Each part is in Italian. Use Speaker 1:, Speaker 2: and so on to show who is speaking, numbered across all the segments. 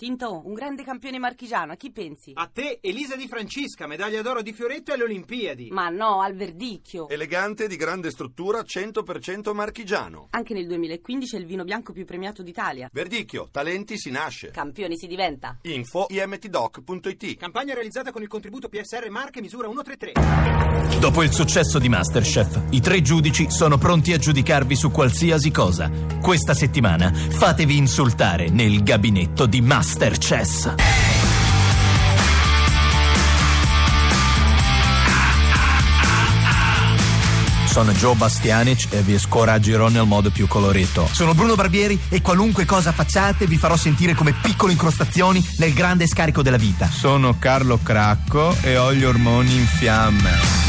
Speaker 1: Tinto, un grande campione marchigiano, a chi pensi?
Speaker 2: A te Elisa Di Francesca, medaglia d'oro di Fioretto alle Olimpiadi.
Speaker 1: Ma no, al verdicchio.
Speaker 3: Elegante, di grande struttura, 100% marchigiano.
Speaker 1: Anche nel 2015 è il vino bianco più premiato d'Italia.
Speaker 3: Verdicchio, talenti si nasce.
Speaker 1: Campioni si diventa.
Speaker 3: Info imtdoc.it
Speaker 2: Campagna realizzata con il contributo PSR Marche misura 133.
Speaker 4: Dopo il successo di Masterchef, i tre giudici sono pronti a giudicarvi su qualsiasi cosa. Questa settimana fatevi insultare nel gabinetto di Masterchess. Sono Joe Bastianic e vi scoraggerò nel modo più colorito.
Speaker 5: Sono Bruno Barbieri e qualunque cosa facciate vi farò sentire come piccole incrostazioni nel grande scarico della vita.
Speaker 6: Sono Carlo Cracco e ho gli ormoni in fiamme.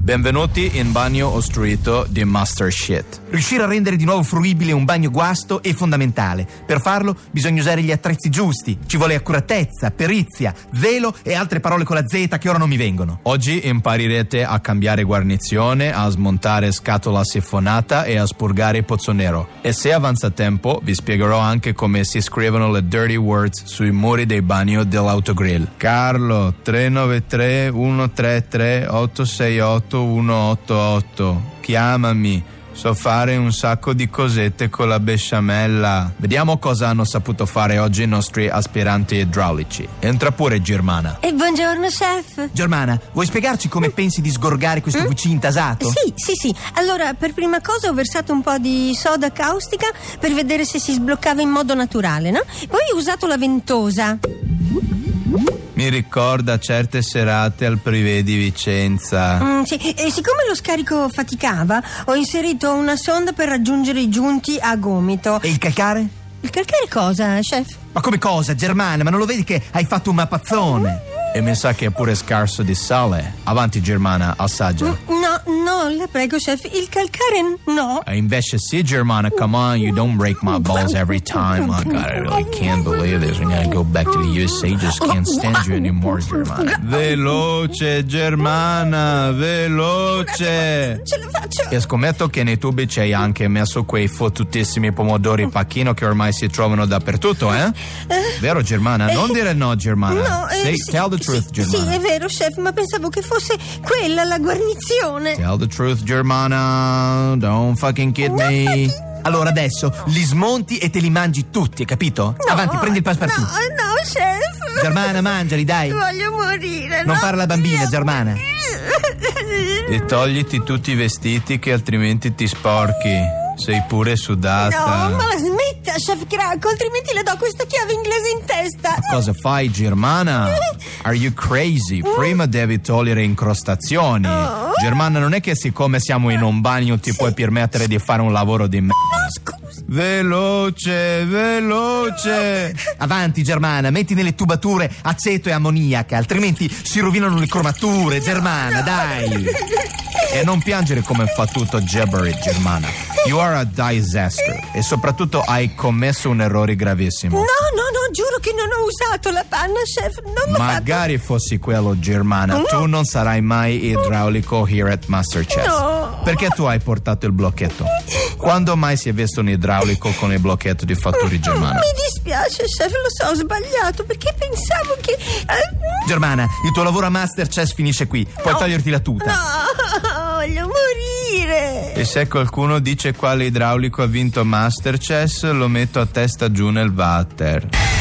Speaker 4: Benvenuti in bagno ostruito di Master Shit.
Speaker 5: Riuscire a rendere di nuovo fruibile un bagno guasto è fondamentale. Per farlo bisogna usare gli attrezzi giusti. Ci vuole accuratezza, perizia, zelo e altre parole con la Z che ora non mi vengono.
Speaker 4: Oggi imparirete a cambiare guarnizione, a smontare scatola sifonata e a spurgare pozzo nero. E se avanza tempo, vi spiegherò anche come si scrivono le dirty words sui muri dei bagno dell'autogrill.
Speaker 6: Carlo 393 133 868 188. Chiamami. So fare un sacco di cosette con la besciamella.
Speaker 4: Vediamo cosa hanno saputo fare oggi i nostri aspiranti idraulici. Entra pure Germana.
Speaker 7: E buongiorno chef.
Speaker 5: Germana, vuoi spiegarci come pensi di sgorgare questo WC intasato?
Speaker 7: Sì, sì, sì. Allora, per prima cosa ho versato un po' di soda caustica per vedere se si sbloccava in modo naturale, no? Poi ho usato la ventosa.
Speaker 6: Mi ricorda certe serate al privé di Vicenza.
Speaker 7: Mm, sì. E siccome lo scarico faticava, ho inserito una sonda per raggiungere i giunti a gomito.
Speaker 5: E il calcare?
Speaker 7: Il calcare cosa, chef?
Speaker 5: Ma come cosa, Germana? Ma non lo vedi che hai fatto un mappazzone?
Speaker 4: E mi sa che è pure scarso di sale. Avanti Germana, assaggia.
Speaker 7: Mm, No, no, la prego, chef, il calcare n- no.
Speaker 4: E invece sì Germana, come on, you don't break my balls every time. Oh god, I really can't believe this. We're gonna go back to the USA, just can't stand you anymore Germana.
Speaker 6: Veloce, Germana, veloce!
Speaker 7: Ce la faccio.
Speaker 4: E scommetto che nei tubi ci hai anche messo quei fottutissimi
Speaker 7: Oh.
Speaker 4: pomodori pacchino che ormai si trovano dappertutto, eh? Vero Germana? Non dire no Germana.
Speaker 7: Eh. No, eh,
Speaker 4: Say-
Speaker 7: sì,
Speaker 4: tell the truth
Speaker 7: sì,
Speaker 4: Germana.
Speaker 7: Sì, è vero, chef, ma pensavo che fosse quella la guarnizione.
Speaker 4: Tell the truth, Germana. Don't fucking kid me.
Speaker 5: Allora adesso li smonti e te li mangi tutti, hai capito? Avanti, prendi il
Speaker 7: No,
Speaker 5: passepartout.
Speaker 7: no, chef.
Speaker 5: Germana, mangiali, dai.
Speaker 7: Voglio morire.
Speaker 5: Non
Speaker 7: no?
Speaker 5: fare la bambina, Germana.
Speaker 6: E togliti tutti i vestiti che altrimenti ti sporchi. Sei pure sudata.
Speaker 7: No, ma la smetta, chef Crack, altrimenti le do questa chiave inglese in testa.
Speaker 4: Cosa fai, Germana? Are you crazy? Prima devi togliere incrostazioni. Germana, non è che siccome siamo in un bagno ti puoi permettere di fare un lavoro di merda.
Speaker 6: Veloce, veloce!
Speaker 5: Avanti, Germana, metti nelle tubature aceto e ammoniaca, altrimenti si rovinano le cromature, Germana, dai.
Speaker 4: E non piangere come fa tutto Jabbery, Germana. You are a disaster. E soprattutto hai commesso un errore gravissimo.
Speaker 7: No, no, no, giuro che non ho usato la panna, chef. Non l'ho
Speaker 4: Magari fossi quello Germana, tu non sarai mai idraulico here at Masterchef.
Speaker 7: No.
Speaker 4: Perché tu hai portato il blocchetto? Quando mai si è visto un idraulico con il blocchetto di fatturi
Speaker 7: fatto.
Speaker 4: Germana?
Speaker 7: Mi dispiace, chef, lo so, ho sbagliato perché pensavo che. eh,
Speaker 5: Germana, il tuo lavoro a Masterchef finisce qui. Puoi toglierti la tuta.
Speaker 7: No, voglio morire.
Speaker 6: E se qualcuno dice quale idraulico ha vinto Masterchess, lo metto a testa giù nel water.